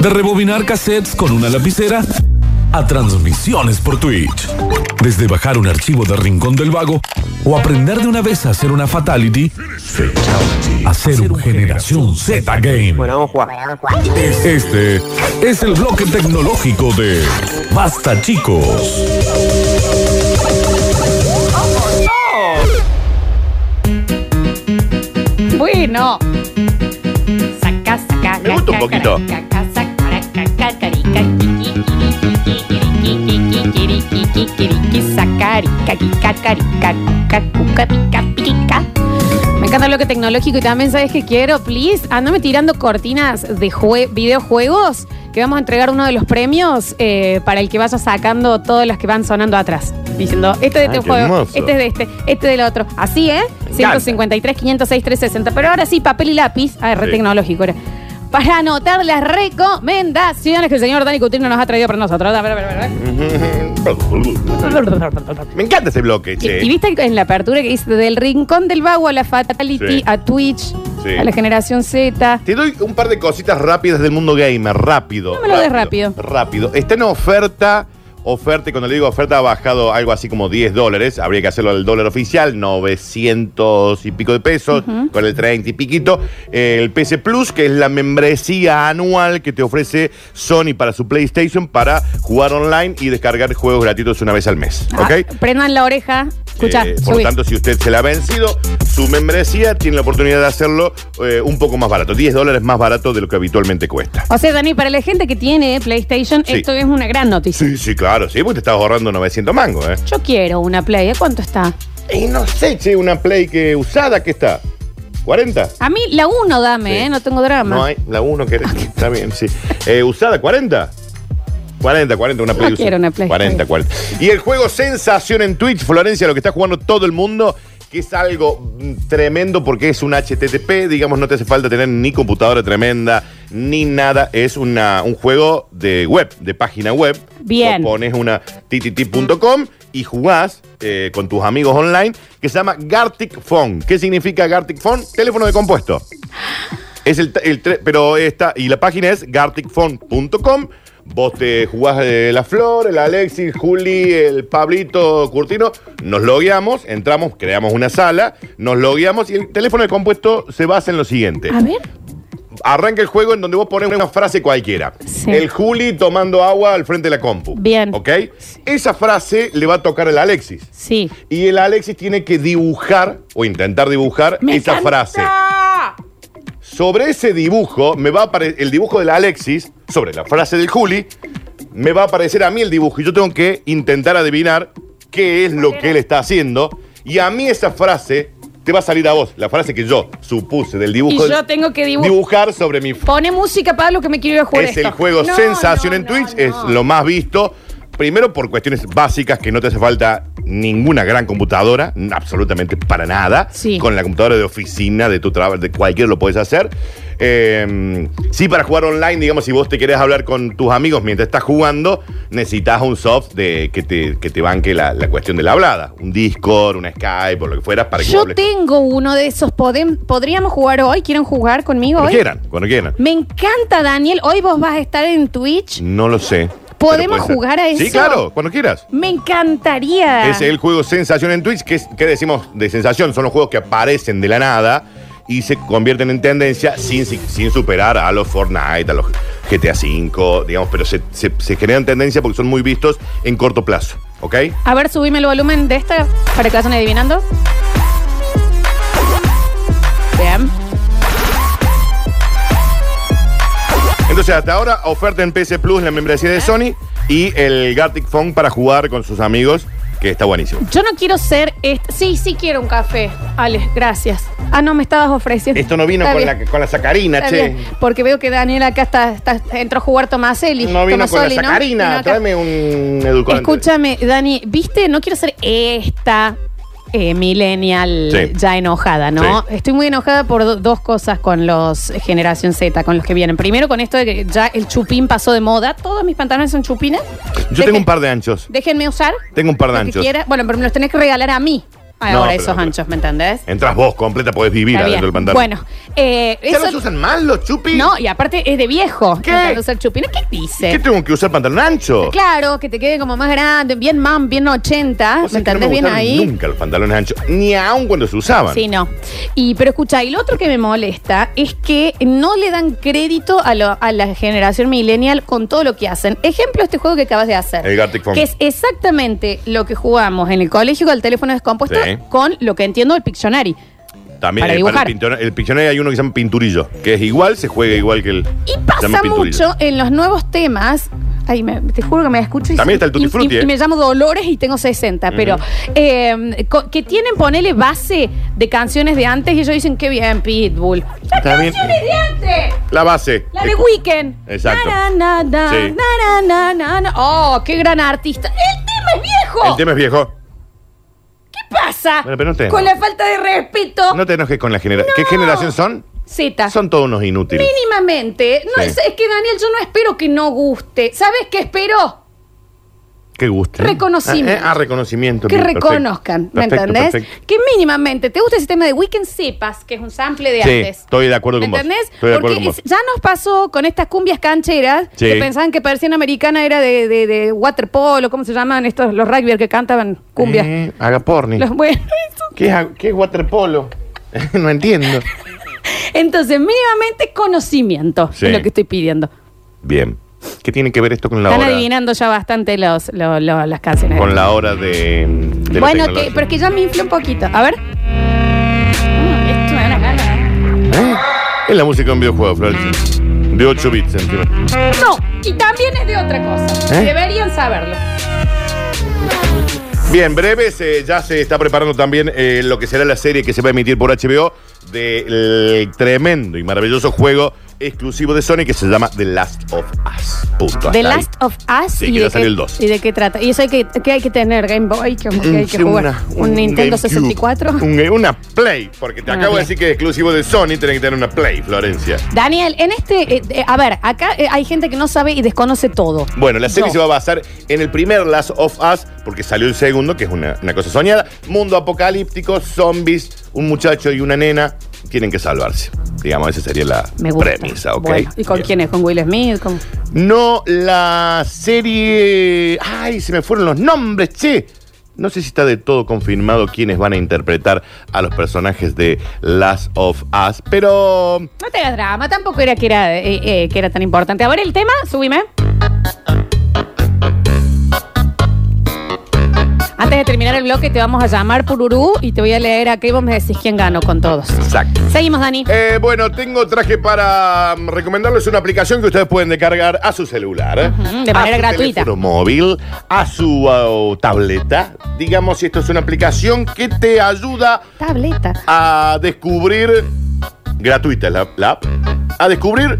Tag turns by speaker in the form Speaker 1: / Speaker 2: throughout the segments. Speaker 1: de rebobinar cassettes con una lapicera a transmisiones por Twitch. Desde bajar un archivo de Rincón del Vago o aprender de una vez a hacer una fatality, a hacer un generación Z game.
Speaker 2: Bueno, vamos a jugar.
Speaker 1: Este es el bloque tecnológico de Basta Chicos.
Speaker 3: Bueno. Saca, saca.
Speaker 4: Me gusta un poquito.
Speaker 3: Saca, saca, saca, carica, quiqui, quiqui, quiqui, quiqui, quiqui, quiqui, quiqui, sacarica, quica, carica, cuca, cuca, pica, pica. Me encanta lo que tecnológico y también sabes que quiero, please. Andame tirando cortinas de jue- videojuegos que vamos a entregar uno de los premios eh, para el que vaya sacando todas las que van sonando atrás. Diciendo, este es de este
Speaker 4: Ay, Ah, qué
Speaker 3: juego,
Speaker 4: hermoso.
Speaker 3: este es de este, este del otro. Así, ¿eh?
Speaker 4: encanta.
Speaker 3: 153, 506, 360. Pero ahora sí, papel y lápiz. Ah, re
Speaker 4: Sí.
Speaker 3: tecnológico era. Para anotar las recomendaciones que el señor Dani Coutinho nos ha traído para nosotros. A ver, a ver, a ver.
Speaker 4: Me encanta ese bloque, che.
Speaker 3: Y, y viste en la apertura que dice del rincón del vago a la fatality,
Speaker 4: Sí.
Speaker 3: a Twitch,
Speaker 4: Sí.
Speaker 3: a la generación Z.
Speaker 4: Te doy un par de cositas rápidas del mundo gamer, rápido.
Speaker 3: No me lo des
Speaker 4: Rápido. Está en oferta, oferta, y cuando le digo oferta ha bajado algo así como 10 dólares, habría que hacerlo al dólar oficial, 900 y pico de pesos, con el 30 y piquito. El PC Plus, que es la membresía anual que te ofrece Sony para su PlayStation para jugar online y descargar juegos gratuitos una vez al mes. ¿Ok?
Speaker 3: Ah, prendan la oreja. Escucha,
Speaker 4: Eh, por lo tanto, si usted se la ha vencido, su membresía tiene la oportunidad de hacerlo eh, un poco más barato, 10 dólares más barato de lo que habitualmente cuesta.
Speaker 3: O sea, Dani, para la gente que tiene PlayStation,
Speaker 4: Sí.
Speaker 3: esto es una gran noticia.
Speaker 4: Sí, sí, claro, sí, porque te estás ahorrando 900 mangos, ¿eh?
Speaker 3: Yo quiero una Play. ¿A cuánto está?
Speaker 4: Y no sé, che, una Play que usada que está. ¿40?
Speaker 3: A mí la 1 dame,
Speaker 4: Sí.
Speaker 3: ¿eh? No tengo drama.
Speaker 4: No hay, la 1 que está bien, sí. Eh, usada, 40. 40, 40, una Play. usada.
Speaker 3: quiero una Play,
Speaker 4: 40, 40. Y el juego Sensación en Twitch, Florencia, lo que está jugando todo el mundo, que es algo mm, tremendo porque es un HTTP, digamos, no te hace falta tener ni computadora tremenda, ni nada. Es una, un juego de web, de página web.
Speaker 3: Bien.
Speaker 4: O pones una ttt.com y jugás eh, con tus amigos online, que se llama Gartic Phone. ¿Qué significa Gartic Phone? Teléfono de compuesto. Es el, el tre- pero esta, y la página es garticfont.com. Vos te jugás eh, la Flor, el Alexis, Juli, el Pablito, Curtino. Nos logueamos, entramos, creamos una sala, nos logueamos y el teléfono de compuesto se basa en lo siguiente.
Speaker 3: A ver.
Speaker 4: Arranca el juego en donde vos pones una frase cualquiera.
Speaker 3: Sí.
Speaker 4: El Juli tomando agua al frente de la compu.
Speaker 3: Bien.
Speaker 4: ¿Ok? Esa frase le va a tocar al Alexis.
Speaker 3: Sí.
Speaker 4: Y el Alexis tiene que dibujar o intentar dibujar
Speaker 3: Me
Speaker 4: esa
Speaker 3: encanta.
Speaker 4: frase. Sobre ese dibujo, me va a apare- el dibujo del Alexis, sobre la frase del Juli, me va a aparecer a mí el dibujo y yo tengo que intentar adivinar qué es lo que él está haciendo. Y a mí esa frase te va a salir a vos, la frase que yo supuse del dibujo.
Speaker 3: Y yo tengo que dibu-
Speaker 4: dibujar sobre mi
Speaker 3: Pone música, Pablo, que me quiero ir a jugar.
Speaker 4: es
Speaker 3: esto.
Speaker 4: el juego
Speaker 3: No,
Speaker 4: Sensación
Speaker 3: no,
Speaker 4: en
Speaker 3: no,
Speaker 4: Twitch,
Speaker 3: no.
Speaker 4: es lo más visto. Primero por cuestiones básicas que no te hace falta ninguna gran computadora, n- absolutamente para nada.
Speaker 3: Sí.
Speaker 4: Con la computadora de oficina, de tu trabajo, de cualquier lo puedes hacer. Eh, sí, para jugar online, digamos, si vos te querés hablar con tus amigos mientras estás jugando, necesitas un soft de, que, te, que te banque la, la cuestión de la hablada. Un Discord, un Skype o lo que fuera para que
Speaker 3: Yo
Speaker 4: hables
Speaker 3: tengo uno de esos. Podem- ¿Podríamos jugar hoy? ¿Quieren jugar conmigo
Speaker 4: cuando
Speaker 3: hoy?
Speaker 4: quieran, cuando quieran.
Speaker 3: Me encanta, Daniel. Hoy vos vas a estar en Twitch.
Speaker 4: No lo sé. pero
Speaker 3: ¿Podemos
Speaker 4: puede ser.
Speaker 3: jugar a
Speaker 4: Sí,
Speaker 3: eso?
Speaker 4: claro, cuando quieras.
Speaker 3: Me encantaría.
Speaker 4: Es el juego Sensación en Twitch. que es- ¿Qué decimos de sensación? Son los juegos que aparecen de la nada y se convierten en tendencia sin, sin- sin superar a los Fortnite, a los GTA V, digamos, pero se, se- se generan tendencia porque son muy vistos en corto plazo, ¿ok?
Speaker 3: A ver, subime el volumen de esta para que vayan adivinando. Bien.
Speaker 4: Entonces, hasta ahora, oferta en PC Plus, la membresía de Sony y el Gartic Phone para jugar con sus amigos, que está buenísimo.
Speaker 3: Yo no quiero ser. est- Sí, sí quiero un café. Alex, gracias. Ah, no, me estabas ofreciendo.
Speaker 4: Esto no vino
Speaker 3: Está
Speaker 4: con
Speaker 3: bien,
Speaker 4: la, con la sacarina,
Speaker 3: está
Speaker 4: che.
Speaker 3: bien, porque veo que Daniel acá está, está- entró a jugar Tomaselli.
Speaker 4: No vino con
Speaker 3: Tomasoli,
Speaker 4: la
Speaker 3: ¿no?
Speaker 4: sacarina.
Speaker 3: Vino acá.
Speaker 4: Tráeme un edulcorante.
Speaker 3: Escúchame, Dani, viste, no quiero ser esta eh, millennial
Speaker 4: Sí.
Speaker 3: ya enojada, ¿no? Estoy muy enojada por do- dos cosas con los Generación Z, con los que vienen. Primero, con esto de que ya el chupín pasó de moda. Todos mis pantalones son chupines.
Speaker 4: Yo tengo un par de anchos.
Speaker 3: Déjenme usar.
Speaker 4: Tengo un par de
Speaker 3: lo que
Speaker 4: anchos.
Speaker 3: quiera. Bueno, pero me los tenés que regalar a mí.
Speaker 4: No,
Speaker 3: ahora
Speaker 4: pero
Speaker 3: esos
Speaker 4: no,
Speaker 3: anchos, ¿me entendés?
Speaker 4: Entras vos completa, podés vivir
Speaker 3: Está
Speaker 4: adentro
Speaker 3: bien.
Speaker 4: del pantano.
Speaker 3: Bueno, eh,
Speaker 4: ¿Ya
Speaker 3: eso-
Speaker 4: los usan más los chupis?
Speaker 3: No, y aparte es de viejo.
Speaker 4: ¿Qué?
Speaker 3: Intentando usar chupines. ¿Qué dice?
Speaker 4: ¿Qué tengo que usar pantalón ancho?
Speaker 3: Claro, que te quede como más grande, bien mam, bien 80,
Speaker 4: Vos
Speaker 3: ¿me
Speaker 4: sabés que no
Speaker 3: entendés? bien
Speaker 4: gustaron
Speaker 3: ahí.
Speaker 4: Nunca los pantalones anchos, ni aun cuando se usaban.
Speaker 3: Sí, no. Y, pero escucha, y lo otro que me molesta es que no le dan crédito a, lo- a la generación millennial con todo lo que hacen. Ejemplo, este juego que acabas de hacer.
Speaker 4: El Gartic Phone.
Speaker 3: Que es exactamente lo que jugamos en el colegio con el teléfono descompuesto
Speaker 4: Sí.
Speaker 3: con lo que entiendo el Pictionary.
Speaker 4: También
Speaker 3: Para
Speaker 4: eh,
Speaker 3: dibujar.
Speaker 4: el, Pictionary- el Pictionary hay uno que se llama pinturillo, que es igual, se juega igual que el.
Speaker 3: Y
Speaker 4: se llama
Speaker 3: pasa
Speaker 4: pinturillo.
Speaker 3: mucho en los nuevos temas. Ay, me- te juro que me escucho y,
Speaker 4: También está el Tutti
Speaker 3: y-
Speaker 4: Frutti,
Speaker 3: y-
Speaker 4: ¿eh?
Speaker 3: y me llamo Dolores y tengo 60, pero eh, co- que tienen, ponele base de canciones de antes y ellos dicen, qué bien, Pitbull. ¡Las
Speaker 4: Está bien.
Speaker 3: canciones de antes!
Speaker 4: La base.
Speaker 3: La
Speaker 4: Eh,
Speaker 3: de Weekend.
Speaker 4: Exacto.
Speaker 3: Na, na, na,
Speaker 4: Sí.
Speaker 3: na, na, na, na. Oh, qué gran artista. El tema es viejo.
Speaker 4: El tema es viejo.
Speaker 3: ¿Qué pasa?
Speaker 4: Bueno, pero no te-
Speaker 3: Con la falta de respeto.
Speaker 4: No te enojes con la generación. ¿Qué generación son?
Speaker 3: Z.
Speaker 4: Son todos unos inútiles.
Speaker 3: Mínimamente. No,
Speaker 4: Sí.
Speaker 3: es, es que Daniel, yo no espero que no guste. ¿Sabes qué espero?
Speaker 4: Qué gusto.
Speaker 3: Reconocimiento.
Speaker 4: Ah, eh, ah, reconocimiento.
Speaker 3: Que
Speaker 4: bien, perfecto.
Speaker 3: reconozcan, ¿me
Speaker 4: Perfecto,
Speaker 3: entendés?
Speaker 4: perfecto.
Speaker 3: Que mínimamente te gusta el sistema de Weekend sepas que es un sample de
Speaker 4: Sí,
Speaker 3: antes.
Speaker 4: estoy de acuerdo
Speaker 3: ¿Me
Speaker 4: con vos.
Speaker 3: entendés?
Speaker 4: Estoy de acuerdo
Speaker 3: Porque
Speaker 4: con vos.
Speaker 3: es- ya nos pasó con estas cumbias cancheras
Speaker 4: Sí.
Speaker 3: que pensaban que persiana americana era de, de, de waterpolo, ¿cómo se llaman estos? Los rugbyers que cantaban cumbias.
Speaker 4: Eh, haga porni.
Speaker 3: Los buenos.
Speaker 4: ¿Qué, es, a- qué es waterpolo? no entiendo.
Speaker 3: Entonces, mínimamente conocimiento
Speaker 4: Sí.
Speaker 3: es lo que estoy pidiendo.
Speaker 4: Bien. ¿Qué tiene que ver esto con la
Speaker 3: Están
Speaker 4: hora?
Speaker 3: adivinando ya bastante los, lo- lo- las canciones.
Speaker 4: Con la hora de. de la
Speaker 3: bueno, que,
Speaker 4: tecnología.
Speaker 3: pero es que ya me infló un poquito. A ver. Mm, esto me da una gana.
Speaker 4: ¿Eh? Es la música de un videojuego, Florencia. De 8 bits encima.
Speaker 3: No, y también es de otra cosa.
Speaker 4: ¿Eh?
Speaker 3: Deberían saberlo.
Speaker 4: Bien, breves, eh, ya se está preparando también eh, lo que será la serie que se va a emitir por HBO del tremendo y maravilloso juego exclusivo de Sony que se llama The Last of Us. Punto.
Speaker 3: The
Speaker 4: Hasta ahí.
Speaker 3: Last of Us.
Speaker 4: Sí,
Speaker 3: ¿y
Speaker 4: que
Speaker 3: de
Speaker 4: ya salió
Speaker 3: qué-
Speaker 4: el dos. Mm,
Speaker 3: ¿Y de qué trata? ¿Y eso hay que, qué hay que tener? ¿Game Boy? ¿Qué, qué hay que
Speaker 4: Sí,
Speaker 3: jugar?
Speaker 4: una-
Speaker 3: ¿Un, Nintendo
Speaker 4: GameCube.
Speaker 3: 64?
Speaker 4: Un- una Play, porque te
Speaker 3: Una
Speaker 4: acabo de
Speaker 3: Play.
Speaker 4: decir que es exclusivo de Sony, tenés que tener una Play, Florencia.
Speaker 3: Daniel, en este. eh, eh, a ver, acá eh, hay gente que no sabe y desconoce todo.
Speaker 4: Bueno, la serie
Speaker 3: Yo.
Speaker 4: se va a basar en el primer Last of Us, porque salió el segundo, que es una, una cosa soñada. Mundo apocalíptico, zombies, un muchacho y una nena tienen que salvarse. Digamos, esa sería la
Speaker 3: Me gusta.
Speaker 4: premisa, ¿ok?
Speaker 3: Bueno, ¿Y con
Speaker 4: Bien.
Speaker 3: quién es? ¿Con Will Smith? ¿Con-
Speaker 4: No, la serie. Ay, se me fueron los nombres, che. No sé si está de todo confirmado quiénes van a interpretar a los personajes de Last of Us, pero.
Speaker 3: No te hagas drama, tampoco era que era, eh, eh, que era tan importante. A ver, el tema, subime. Antes de terminar el bloque, te vamos a llamar Pururú y te voy a leer aquí y vos me decís quién ganó con todos.
Speaker 4: Exacto.
Speaker 3: Seguimos, Dani.
Speaker 4: Eh, bueno, tengo traje para mm, recomendarles una aplicación que ustedes pueden descargar a su celular.
Speaker 3: Ujú, de
Speaker 4: a
Speaker 3: manera
Speaker 4: su
Speaker 3: gratuita.
Speaker 4: teléfono móvil, a su uh, tableta. Digamos, esto es una aplicación que te ayuda
Speaker 3: Tableta.
Speaker 4: a descubrir. Gratuita es la, la app. A descubrir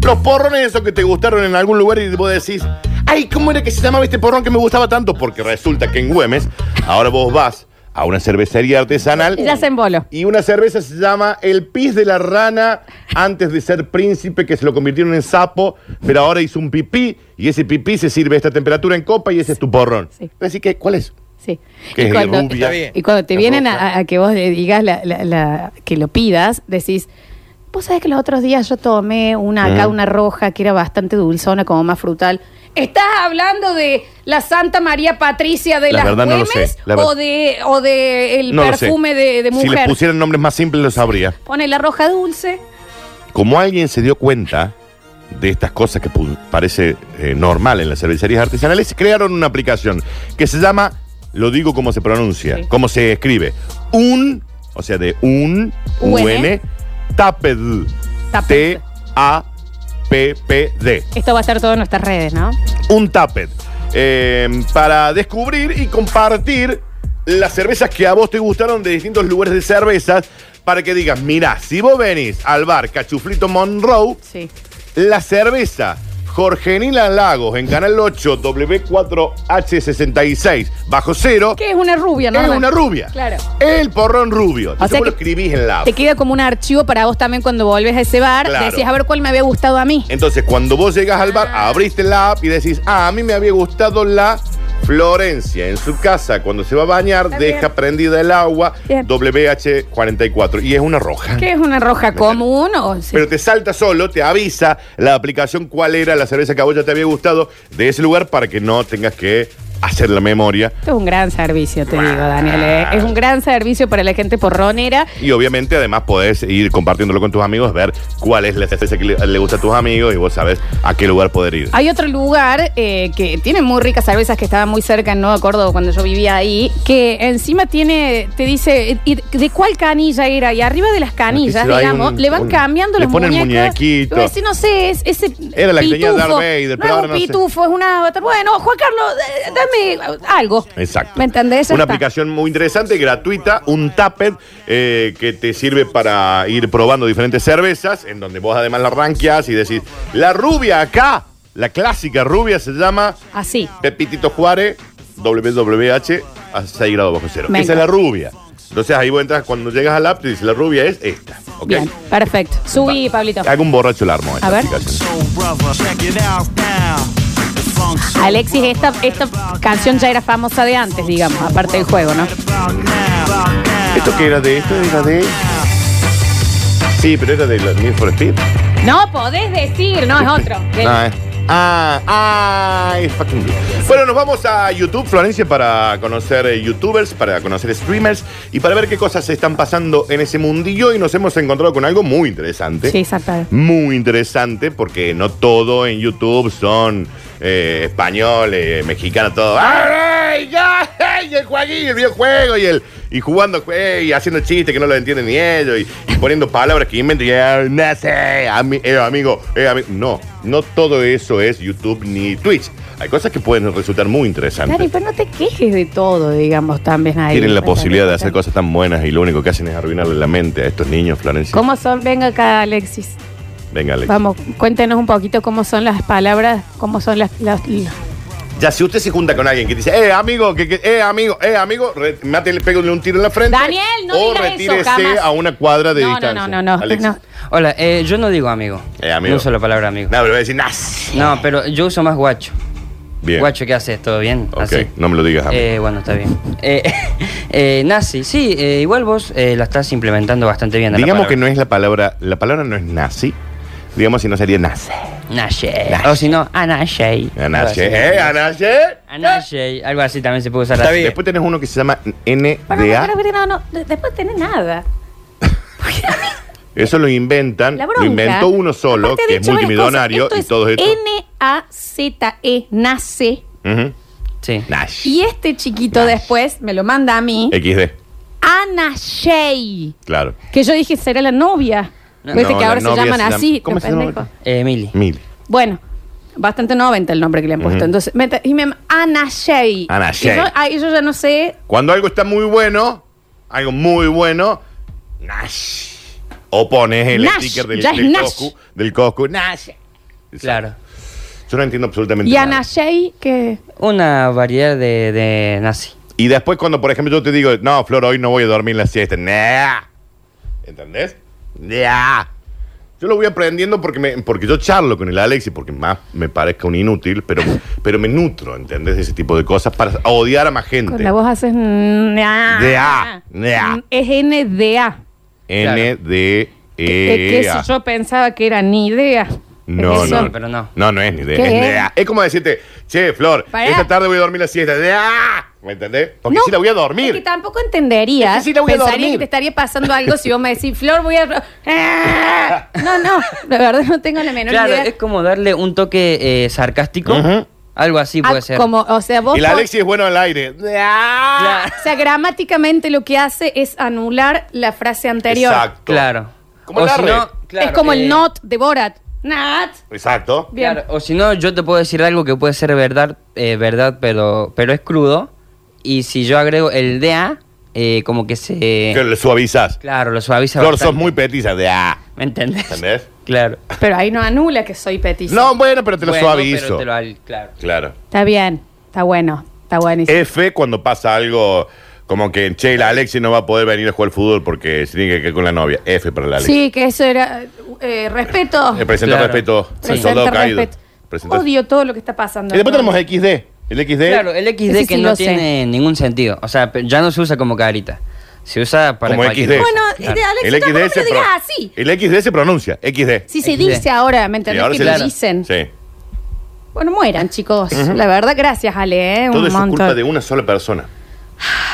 Speaker 4: los porrones esos que te gustaron en algún lugar y vos decís. Ay, ¿cómo era que se llamaba este porrón que me gustaba tanto? Porque resulta que en Güemes, ahora vos vas a una cervecería artesanal.
Speaker 3: Ya se embolo.
Speaker 4: Y una cerveza se llama El Pis de la Rana, antes de ser príncipe, que se lo convirtieron en sapo, pero ahora hizo un pipí, y ese pipí se sirve a esta temperatura en copa y ese es tu porrón.
Speaker 3: Sí.
Speaker 4: Así que, ¿cuál es?
Speaker 3: Sí.
Speaker 4: Que es de rubia.
Speaker 3: y cuando te
Speaker 4: Es
Speaker 3: vienen
Speaker 4: roja.
Speaker 3: a, a que vos le digas la- la- la- que lo pidas, decís, vos sabés que los otros días yo tomé una acá,
Speaker 4: Mm.
Speaker 3: una roja, que era bastante dulzona, como más frutal. ¿Estás hablando de la Santa María Patricia de las
Speaker 4: La verdad no lo
Speaker 3: Güemes
Speaker 4: sé, la
Speaker 3: o de o de el
Speaker 4: No lo sé.
Speaker 3: perfume de, de
Speaker 4: Si les
Speaker 3: mujer?
Speaker 4: pusieran nombres más simples, lo sabría.
Speaker 3: Pone la roja dulce.
Speaker 4: Como alguien se dio cuenta de estas cosas que pu- parece eh, normal en las cervecerías artesanales, crearon una aplicación que se llama, lo digo como se pronuncia,
Speaker 3: Sí.
Speaker 4: como se escribe, un, o sea, de un,
Speaker 3: UN,
Speaker 4: UN, taped,
Speaker 3: Taped.
Speaker 4: T-A-P-P-D,
Speaker 3: Esto va a estar todo en nuestras redes, ¿no?
Speaker 4: un taped, eh, para descubrir y compartir las cervezas que a vos te gustaron de distintos lugares de cervezas, para que digas, mirá, si vos venís al bar Cachuflito Monroe,
Speaker 3: Sí.
Speaker 4: la cerveza Jorgenila Lagos en Canal 8 W4H66 bajo cero
Speaker 3: Que es una rubia, ¿no?
Speaker 4: es una rubia.
Speaker 3: Claro.
Speaker 4: El porrón rubio. Entonces
Speaker 3: sea
Speaker 4: vos lo
Speaker 3: que-
Speaker 4: escribís en la app.
Speaker 3: Te queda como un archivo para vos también cuando volvés a ese bar.
Speaker 4: Claro.
Speaker 3: Decís, a ver cuál me había gustado a mí.
Speaker 4: "Ah, Entonces cuando vos llegas al bar, abriste la app y decís, ah, a mí me había gustado la Florencia, en su casa, cuando se va a bañar,
Speaker 3: Está
Speaker 4: deja
Speaker 3: bien.
Speaker 4: prendida el agua
Speaker 3: Bien.
Speaker 4: WH44 y es una roja.
Speaker 3: ¿Qué es una roja común? O sí.
Speaker 4: Pero te salta solo, te avisa la aplicación cuál era la cerveza que a vos ya te había gustado de ese lugar para que no tengas que hacer la memoria.
Speaker 3: Esto es un gran servicio, te digo, Daniel. ¿eh? Es un gran servicio para la gente porronera.
Speaker 4: Y obviamente además podés ir compartiéndolo con tus amigos, ver cuál es la cerveza que le, le gusta a tus amigos y vos sabés a qué lugar poder ir.
Speaker 3: Hay otro lugar eh, que tiene muy ricas cervezas que estaba muy cerca en Nueva Córdoba cuando yo vivía ahí, que encima tiene, te dice eh, y de cuál canilla era y arriba de las canillas,
Speaker 4: Hay un-
Speaker 3: digamos, le van
Speaker 4: un-
Speaker 3: cambiando
Speaker 4: le
Speaker 3: los
Speaker 4: ponen
Speaker 3: muñecos.
Speaker 4: muñequitos.
Speaker 3: Yo decía, no sé, es ese
Speaker 4: Era la que tenía
Speaker 3: pitufo.
Speaker 4: Darth Vader,
Speaker 3: no
Speaker 4: pero
Speaker 3: es
Speaker 4: ahora
Speaker 3: un
Speaker 4: no sé.
Speaker 3: pitufo, es una otra. Bueno, Juan Carlos, eh, dame algo.
Speaker 4: Exacto.
Speaker 3: ¿Me entendés? Ya
Speaker 4: Una
Speaker 3: está.
Speaker 4: aplicación muy interesante, gratuita, un tappet eh, que te sirve para ir probando diferentes cervezas, en donde vos además la ranqueás y decís, la rubia acá, la clásica rubia se llama
Speaker 3: Así.
Speaker 4: Pepitito Juárez, WWH, a 6 grados bajo cero.
Speaker 3: Me
Speaker 4: Esa es la
Speaker 3: encanta.
Speaker 4: rubia. Entonces ahí vos entras, cuando llegas al app, te dice, la rubia es esta. ¿ok?
Speaker 3: Bien, perfecto. Subí, Pablito.
Speaker 4: Algún borracho la armó. esta
Speaker 3: A ver.
Speaker 4: aplicación.
Speaker 2: Soul brother, check it out now. The funk soul
Speaker 3: Alexis, esta, esta canción ya era famosa de antes, digamos, aparte del juego, ¿no?
Speaker 2: about now, about
Speaker 3: Ah.
Speaker 2: now.
Speaker 4: ¿Esto que era de esto? Era de... Sí, pero era de la Need for Speed.
Speaker 3: No podés decir, no es otro. Del-
Speaker 4: Ah, eh. Ah, ah, es fucking good. Bueno, nos vamos a YouTube, Florencia, para conocer eh, youtubers, para conocer streamers y para ver qué cosas se están pasando en ese mundillo y nos hemos encontrado con algo muy interesante.
Speaker 3: Sí, exacto.
Speaker 4: Muy interesante porque no todo en YouTube son eh, españoles, mexicanos, todo. ¡Ay, ya! ¡Ay, el jueguillo, el videojuego! Y, el, y jugando eh, y haciendo chistes que no lo entienden ni ellos y, y poniendo palabras que inventan. Y, eh, no sé, ami- eh, amigo, eh, ami- No, no todo eso es YouTube ni Twitch. Hay cosas que pueden resultar muy
Speaker 3: Dani,
Speaker 4: interesantes.
Speaker 3: pero no te quejes de todo, digamos, también ahí.
Speaker 4: Tienen la posibilidad de hacer cosas tan buenas y lo único que hacen es arruinarle la mente a estos niños, Florencia.
Speaker 3: ¿Cómo son? Venga acá, Alexis.
Speaker 4: Venga, Alex.
Speaker 3: Vamos, cuéntenos un poquito cómo son las palabras, cómo son las... las- las-
Speaker 4: Ya, si usted se junta con alguien que dice, eh, amigo, que, que- eh, amigo, eh, amigo, re- mátele, pégale un tiro en la frente.
Speaker 3: Daniel, no
Speaker 4: O
Speaker 3: digas eso,
Speaker 4: retírese
Speaker 3: jamás.
Speaker 4: a una cuadra de
Speaker 3: No, no,
Speaker 4: distancia.
Speaker 3: no, no, no,
Speaker 4: Alexis.
Speaker 3: no.
Speaker 5: Hola, eh, yo no digo amigo.
Speaker 4: Eh, amigo.
Speaker 5: No uso la palabra amigo.
Speaker 4: No, pero voy a decir, nas.
Speaker 5: No, pero yo uso más guacho.
Speaker 4: Bien.
Speaker 5: Guacho, ¿qué haces? ¿Todo bien?
Speaker 4: Ok,
Speaker 5: Así.
Speaker 4: no me lo digas a mí.
Speaker 5: Eh, bueno, está bien. Eh, eh, nazi, sí, eh, igual vos eh, la estás implementando bastante bien. a la
Speaker 4: Digamos que
Speaker 5: palabra.
Speaker 4: no es la palabra, la palabra no es nazi. Digamos si no sería nazi.
Speaker 5: Nashe.
Speaker 4: Nashe.
Speaker 5: O si no, Anashe.
Speaker 4: Anache,
Speaker 5: Algo así.
Speaker 4: eh, anache.
Speaker 5: Anashe. Algo así también se puede usar.
Speaker 4: Está
Speaker 5: así.
Speaker 4: bien. Después tenés uno que se llama
Speaker 3: Bueno, no,
Speaker 4: NDA.
Speaker 3: pero, pero, no, no, de- después tenés nada.
Speaker 4: Eso lo inventan.
Speaker 3: La bronca.
Speaker 4: Lo inventó uno solo,
Speaker 3: Aparte ha
Speaker 4: que es
Speaker 3: dicho varias
Speaker 4: multimillonario
Speaker 3: cosas.
Speaker 4: y todo
Speaker 3: es
Speaker 4: esto.
Speaker 3: N-A-Z-E, E, nace.
Speaker 4: Ujú.
Speaker 5: Sí.
Speaker 4: Nash.
Speaker 3: Y este chiquito después me lo manda a mí.
Speaker 4: XD.
Speaker 3: Ana Shea.
Speaker 4: Claro.
Speaker 3: Que yo dije, será la novia.
Speaker 5: No,
Speaker 3: Viste
Speaker 4: no,
Speaker 3: que
Speaker 4: la
Speaker 3: ahora se
Speaker 4: novia
Speaker 3: llaman
Speaker 4: se llama-
Speaker 3: así.
Speaker 4: ¿Cómo se
Speaker 3: pendejo.
Speaker 4: llama?
Speaker 5: Eh, Emily.
Speaker 4: Mil.
Speaker 3: Bueno, bastante 90 el nombre que le han puesto.
Speaker 4: Ujú.
Speaker 3: Entonces, me te- y me, Ana Shea.
Speaker 4: Ana Shea.
Speaker 3: Y yo, ay, yo ya no sé.
Speaker 4: Cuando algo está muy bueno, algo muy bueno, Nash. O pones el
Speaker 3: Nash,
Speaker 4: sticker del,
Speaker 3: ya es
Speaker 4: del
Speaker 3: Nash.
Speaker 4: Coscu, del Coscu, Nash. Exacto.
Speaker 5: Claro.
Speaker 4: Yo no entiendo absolutamente
Speaker 3: Y
Speaker 4: nada.
Speaker 3: Ana Shea, que.
Speaker 5: Una variedad de, de nazi.
Speaker 4: Y después cuando, por ejemplo, yo te digo, no, Flor, hoy no voy a dormir la siesta. Nah. ¿Entendés? Nah. Yo lo voy aprendiendo porque, me, porque yo charlo con el Alex y porque más me parezca un inútil, pero, pero me nutro, ¿entendés? De ese tipo de cosas para odiar a más gente.
Speaker 3: Con la voz haces.
Speaker 4: Dea,
Speaker 3: NDA.
Speaker 4: dea.
Speaker 3: Es NDA.
Speaker 4: N, D,
Speaker 3: Que,
Speaker 4: E.
Speaker 3: que eso yo pensaba que era ni idea.
Speaker 4: No,
Speaker 3: Eso.
Speaker 4: no,
Speaker 5: pero no.
Speaker 4: No, no es ni idea.
Speaker 3: ¿Qué
Speaker 4: Es,
Speaker 3: es?
Speaker 4: idea. Es como decirte, che, Flor,
Speaker 3: Pará.
Speaker 4: esta tarde voy a dormir la siesta. ¡Ah! ¿Me entendés? Porque
Speaker 3: No,
Speaker 4: si la voy a
Speaker 3: es
Speaker 4: dormir.
Speaker 3: que tampoco entendería.
Speaker 4: Es que sí la voy a
Speaker 3: Pensaría
Speaker 4: dormir.
Speaker 3: que te estaría pasando algo si vos me decís, Flor, voy a. ¡Ah! No, no, la verdad no tengo la menor
Speaker 5: Claro,
Speaker 3: idea.
Speaker 5: es como darle un toque eh, sarcástico.
Speaker 4: Ujú.
Speaker 5: Algo así puede
Speaker 3: Ah,
Speaker 5: ser.
Speaker 3: Como, o sea, vos.
Speaker 4: y la
Speaker 3: vos-
Speaker 4: Alexi es bueno al aire. ¡Ah!
Speaker 5: Claro.
Speaker 3: O sea, gramáticamente lo que hace es anular la frase anterior.
Speaker 4: Exacto.
Speaker 5: Claro.
Speaker 4: Como la red.
Speaker 5: claro,
Speaker 3: es como
Speaker 5: eh,
Speaker 3: el not de Borat. Not.
Speaker 4: Exacto.
Speaker 3: Bien.
Speaker 5: Claro, o si no, yo te puedo decir algo que puede ser verdad, eh, verdad pero, pero es crudo. Y si yo agrego el DA, eh, como que se...
Speaker 4: Que lo suavizás.
Speaker 5: Claro, lo suaviza
Speaker 4: Flor,
Speaker 5: bastante.
Speaker 4: sos muy petiza. ¡Ah!
Speaker 5: ¿Me entendés?
Speaker 4: ¿Entendés?
Speaker 5: Claro.
Speaker 3: Pero ahí no anula que soy petiza.
Speaker 4: No, bueno, pero te lo
Speaker 5: Bueno,
Speaker 4: suavizo.
Speaker 5: pero te lo al- claro.
Speaker 4: Claro.
Speaker 3: Está bien. Está bueno. Está buenísimo.
Speaker 4: F cuando pasa algo como que, che, la Alexi no va a poder venir a jugar fútbol porque se tiene que quedar con la novia. F para la Alexi.
Speaker 3: sí, que eso era. eh, respeto.
Speaker 4: Eh, presenta
Speaker 5: Claro.
Speaker 4: respeto.
Speaker 5: Sí.
Speaker 4: Soldado
Speaker 3: Presenta
Speaker 4: caído.
Speaker 3: respeto.
Speaker 4: Presenta-
Speaker 3: Odio todo lo que está pasando.
Speaker 4: Y después
Speaker 3: No.
Speaker 4: tenemos XD. El XD.
Speaker 5: Claro, el XD
Speaker 3: Ese
Speaker 5: que
Speaker 3: sí
Speaker 5: no
Speaker 3: lo sé.
Speaker 5: tiene ningún sentido. O sea, pe- ya no se usa como carita. Se usa para
Speaker 4: Como
Speaker 5: cualquier
Speaker 4: XD.
Speaker 5: cosa.
Speaker 4: Bueno,
Speaker 5: Claro.
Speaker 6: de- Alex,
Speaker 4: el
Speaker 6: tampoco me lo
Speaker 4: se
Speaker 6: digas
Speaker 4: pro-
Speaker 6: así.
Speaker 4: El XD se pronuncia. XD.
Speaker 3: Si se
Speaker 5: XD.
Speaker 3: dice ahora, ¿me
Speaker 4: Y
Speaker 3: entendés
Speaker 4: ahora
Speaker 3: que
Speaker 4: se
Speaker 3: lo
Speaker 4: le-
Speaker 3: dicen?
Speaker 4: Sí.
Speaker 3: Bueno, mueran, chicos. La verdad, gracias, Ale. ¿eh?
Speaker 4: Todo
Speaker 3: Un
Speaker 4: eso es
Speaker 3: montón.
Speaker 4: culpa de una sola persona.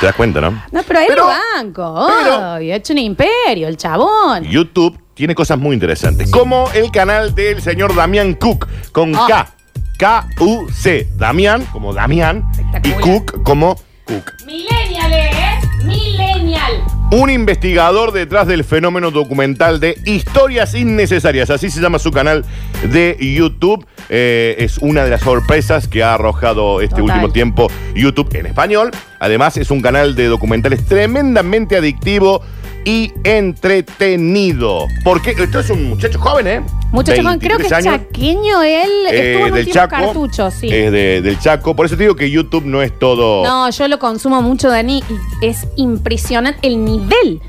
Speaker 4: ¿Te das cuenta, no?
Speaker 3: No, pero ahí
Speaker 4: Pero-
Speaker 3: lo banco.
Speaker 4: pero-
Speaker 3: obvio, ha hecho un imperio, el chabón.
Speaker 4: YouTube tiene cosas muy interesantes, como el canal del señor Damián Cook con
Speaker 3: Ah.
Speaker 4: K. K-U-C. Damián como Damián y
Speaker 3: Espectacular.
Speaker 4: Cook como Cook.
Speaker 3: Millennial, ¿eh? Millennial.
Speaker 4: Un investigador detrás del fenómeno documental de historias innecesarias, así se llama su canal de YouTube. Eh, es una de las sorpresas que ha arrojado este
Speaker 3: Total.
Speaker 4: último tiempo YouTube en español. Además, es un canal de documentales tremendamente adictivo y entretenido. Porque esto es un muchacho joven, ¿eh?
Speaker 3: Muchachos, creo que
Speaker 4: 23
Speaker 3: es
Speaker 4: años.
Speaker 3: chaqueño él.
Speaker 4: Eh,
Speaker 3: Estuvo en un
Speaker 4: del
Speaker 3: tiempo
Speaker 4: Chaco.
Speaker 3: cartucho, sí.
Speaker 4: Es de- del Chaco. Por eso te digo que YouTube no es todo.
Speaker 3: No, yo lo consumo mucho, Dani, y es impresionante el nivel,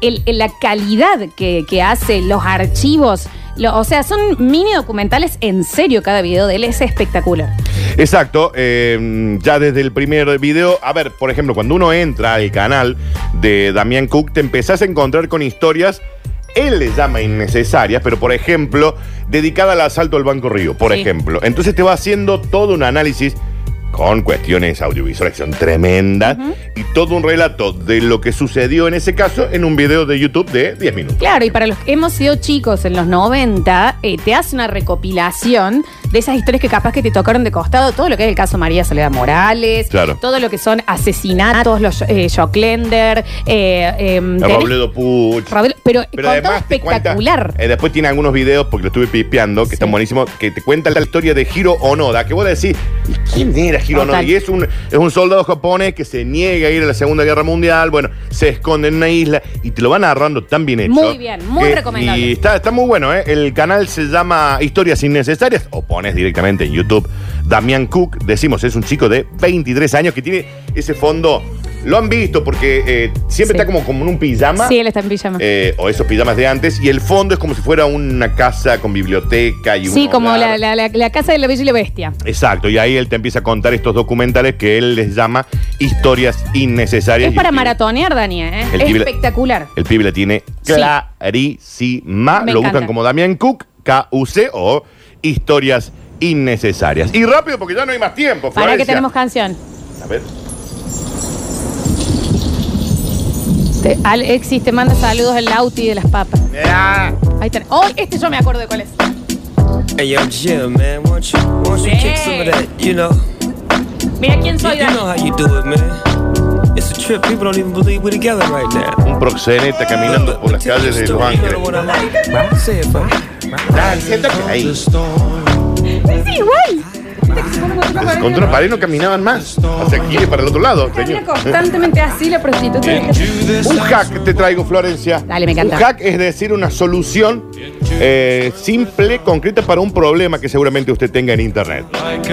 Speaker 3: el, el- la calidad que, que hace, los archivos. lo- o sea, son mini documentales en serio cada video de él, es espectacular.
Speaker 4: Exacto, eh, ya desde el primer video, a ver, por ejemplo, cuando uno entra al canal de Damián Cook, te empezás a encontrar con historias, él le llama innecesarias, pero por ejemplo, dedicada al asalto al Banco Río, por
Speaker 3: Sí.
Speaker 4: ejemplo. Entonces te va haciendo todo un análisis con cuestiones audiovisuales que son tremendas y todo un relato de lo que sucedió en ese caso en un video de YouTube de 10 minutos.
Speaker 3: Claro, y para los que hemos sido chicos en los 90, eh, te hace una recopilación de esas historias que capaz que te tocaron de costado, todo lo que es el caso María Soledad Morales,
Speaker 4: Claro.
Speaker 3: todo lo que son asesinatos, los eh, Joclender, eh, em, tenés-
Speaker 4: Robledo Puch.
Speaker 3: Robledo- pero,
Speaker 4: Pero
Speaker 3: con todo
Speaker 4: además te cuenta-
Speaker 3: espectacular.
Speaker 4: eh, después tiene algunos videos, porque lo estuve pispeando, que
Speaker 3: Sí.
Speaker 4: están buenísimos, que te cuenta la historia de Hiro Onoda, que vos decís, ¿y quién era Hiro Onoda?
Speaker 3: Total.
Speaker 4: Y es un, es un soldado japonés que se niega a ir a la Segunda Guerra Mundial, bueno, se esconde en una isla y te lo van narrando tan bien hecho.
Speaker 3: Muy bien, muy
Speaker 4: que-
Speaker 3: recomendable.
Speaker 4: Y está, está muy bueno, ¿eh? El canal se llama Historias Innecesarias, o pones directamente en YouTube Damián Cook, decimos, es un chico de 23 años que tiene ese fondo... Lo han visto porque eh, siempre
Speaker 3: Sí.
Speaker 4: está como, como en un pijama.
Speaker 3: Sí, él está en pijama.
Speaker 4: Eh, o esos pijamas de antes, y el fondo es como si fuera una casa con biblioteca y un
Speaker 3: sí, como la,
Speaker 4: hogar.
Speaker 3: la- la- la casa de la Bella y la Bestia.
Speaker 4: Exacto, y ahí él te empieza a contar estos documentales que él les llama historias innecesarias.
Speaker 3: Es
Speaker 4: Y
Speaker 3: para
Speaker 4: el pibe-
Speaker 3: maratonear, Dani, ¿eh?
Speaker 4: El
Speaker 3: es
Speaker 4: pibe-
Speaker 3: espectacular.
Speaker 4: El pibe la tiene
Speaker 3: Sí.
Speaker 4: clarísima.
Speaker 3: Me
Speaker 4: Lo
Speaker 3: encanta.
Speaker 4: buscan como Damián Cook, K-U-C, o historias innecesarias. Y rápido, porque ya no hay más
Speaker 3: Para
Speaker 4: tiempo.
Speaker 3: que
Speaker 4: Florencia.
Speaker 3: tenemos canción.
Speaker 4: A ver.
Speaker 3: Te- Alex, te manda saludos el Lauti de las papas. Ahí está. Oh, este yo me acuerdo de cuál es.
Speaker 7: Hey, yo, Jim, man, won't you, won't you kick some of that, you know?
Speaker 3: Mira quién
Speaker 7: You,
Speaker 3: soy,
Speaker 7: you
Speaker 3: Dani.
Speaker 7: know how you do it, man. It's a trip. People don't even believe we're together right now.
Speaker 4: Un proxeneta caminando por las calles de Los
Speaker 7: You
Speaker 4: Ángeles.
Speaker 7: know what I like? Say it, bro.
Speaker 4: Ah, siento que ahí.
Speaker 3: Es igual.
Speaker 4: Contra una pared no caminaban más. Hacia aquí y para el otro lado.
Speaker 3: Camina
Speaker 4: señor.
Speaker 3: constantemente así la prostituta.
Speaker 4: Un hack te traigo, Florencia.
Speaker 3: Dale, me encanta.
Speaker 4: Un hack es decir una solución eh, simple, concreta para un problema que seguramente usted tenga en Internet.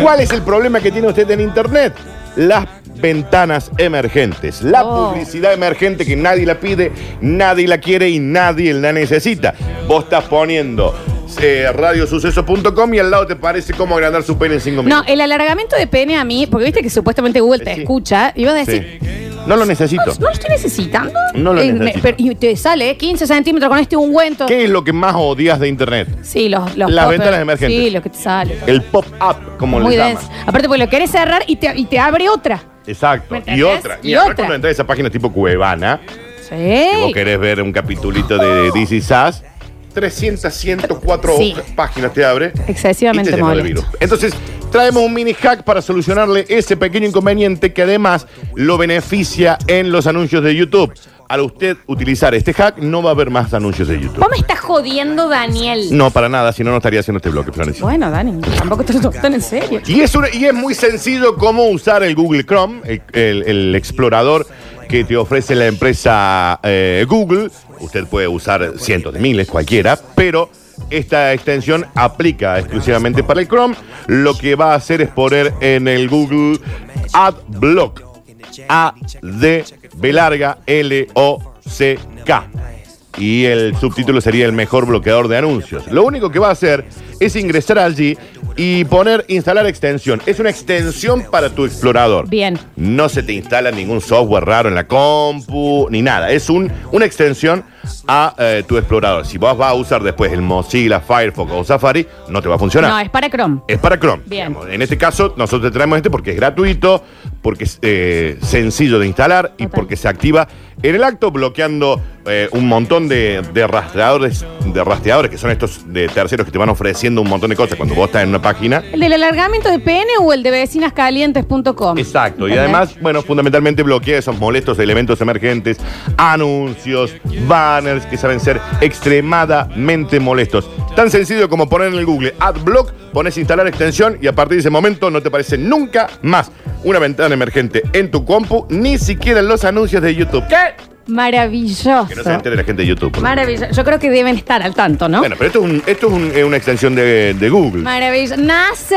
Speaker 4: ¿Cuál es el problema que tiene usted en Internet? Las ventanas emergentes, la
Speaker 3: Oh.
Speaker 4: publicidad emergente que nadie la pide, nadie la quiere y nadie la necesita. Vos estás poniendo eh, radiosuceso.com y al lado te parece cómo agrandar su pene en 5
Speaker 3: No,
Speaker 4: minutos.
Speaker 3: el alargamiento de pene a mí, porque viste que supuestamente Google te
Speaker 4: Sí.
Speaker 3: escucha, y vas a decir,
Speaker 4: Sí. No lo necesito.
Speaker 3: ¿no lo estoy necesitando?
Speaker 4: No lo
Speaker 3: Eh, me-
Speaker 4: necesito.
Speaker 3: pero- y te sale eh, 15 centímetros con este ungüento.
Speaker 4: ¿Qué es lo que más odias de Internet?
Speaker 3: Sí, los, los
Speaker 4: Las
Speaker 3: poppers.
Speaker 4: ventanas emergentes.
Speaker 3: Sí, los que te salen.
Speaker 4: El pop-up, como
Speaker 3: Muy
Speaker 4: le llaman.
Speaker 3: denso. Aparte, porque lo querés cerrar y te, y te abre otra.
Speaker 4: Exacto.
Speaker 3: ¿Me
Speaker 4: Y
Speaker 3: entendés?
Speaker 4: otra.
Speaker 3: Y
Speaker 4: Y otra.
Speaker 3: otra.
Speaker 4: Cuando entras a esa página tipo Cuevana, que vos
Speaker 3: Sí.
Speaker 4: querés ver un capitulito de DC Sass, 300, 104
Speaker 3: Sí.
Speaker 4: páginas te abre.
Speaker 3: Excesivamente
Speaker 4: y te llena de
Speaker 3: molesto.
Speaker 4: virus. Entonces, traemos un mini hack para solucionarle ese pequeño inconveniente que además lo beneficia en los anuncios de YouTube. Al usted utilizar este hack, no va a haber más anuncios de YouTube.
Speaker 3: Vos me estás jodiendo, Daniel.
Speaker 4: No, para nada, si no, no estaría haciendo este bloque, Florencia.
Speaker 3: Bueno, Dani, tampoco te lo tomas tan en serio.
Speaker 4: Y es, una- y es muy sencillo cómo usar el Google Chrome, el, el- el explorador que te ofrece la empresa eh, Google. Usted puede usar cientos de miles, cualquiera, pero esta extensión aplica exclusivamente para el Chrome. Lo que va a hacer es poner en el Google AdBlock. A, D, B larga, L, O, C, K. Y el subtítulo sería el mejor bloqueador de anuncios. Lo único que va a hacer es ingresar allí y poner instalar extensión. Es una extensión para tu explorador.
Speaker 3: Bien.
Speaker 4: No se te instala ningún software raro en la compu, ni nada. Es un, una extensión a eh, tu explorador. Si vos vas a usar después el Mozilla, Firefox o Safari, no te va a funcionar.
Speaker 3: No, es para Chrome.
Speaker 4: Es para Chrome.
Speaker 3: Bien.
Speaker 4: digamos. En este caso, nosotros te traemos este porque es gratuito, porque es eh, sencillo de instalar y
Speaker 3: Total.
Speaker 4: porque se activa en el acto bloqueando eh, un montón de, de rastreadores, de rastreadores que son estos de terceros que te van ofreciendo un montón de cosas cuando vos estás en una página.
Speaker 3: ¿El del alargamiento de pene o el de vecinascalientes.com?
Speaker 4: Exacto, y
Speaker 3: ¿Entendés?
Speaker 4: además, bueno, fundamentalmente bloquea esos molestos elementos emergentes, anuncios, banners que saben ser extremadamente molestos. Tan sencillo como poner en el Google AdBlock, pones instalar extensión y a partir de ese momento no te aparece nunca más una ventana emergente en tu compu, ni siquiera en los anuncios de YouTube. ¿Qué?
Speaker 3: Maravilloso.
Speaker 4: Que no se entere la gente de YouTube. por favor.
Speaker 3: Maravilloso. Yo creo que deben estar al tanto, ¿no?
Speaker 4: Bueno, pero esto es, un- esto es un- eh, una extensión de, de Google.
Speaker 3: Maravilloso. Nace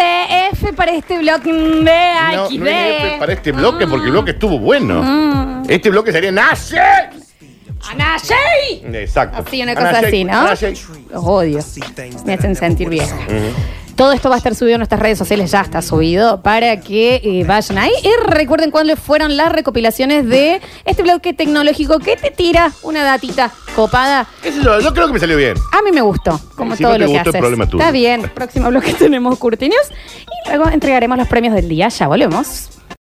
Speaker 3: F para este blog de
Speaker 4: No,
Speaker 3: XD.
Speaker 4: no es F para
Speaker 3: Ah.
Speaker 4: este bloque, porque el bloque estuvo bueno. Este bloque sería nace.
Speaker 3: ¡A nace!
Speaker 4: Exacto.
Speaker 3: Así, Ah, una cosa
Speaker 4: Ana
Speaker 3: así,
Speaker 4: Shake,
Speaker 3: ¿no?
Speaker 4: Ana Shake.
Speaker 3: Los odio. Me hacen sentir vieja. Todo esto va a estar subido en nuestras redes sociales, ya está subido, para que eh, vayan ahí. Y recuerden cuáles fueron las recopilaciones de este bloque tecnológico que te tira una datita copada.
Speaker 4: Qué sé yo, yo creo que me salió bien.
Speaker 3: A mí me gustó, como
Speaker 4: Si
Speaker 3: todo
Speaker 4: no te
Speaker 3: lo que
Speaker 4: gustó,
Speaker 3: haces.
Speaker 4: problema tuyo.
Speaker 3: Está bien, próximo bloque tenemos Curti News y luego entregaremos los premios del día. Ya volvemos.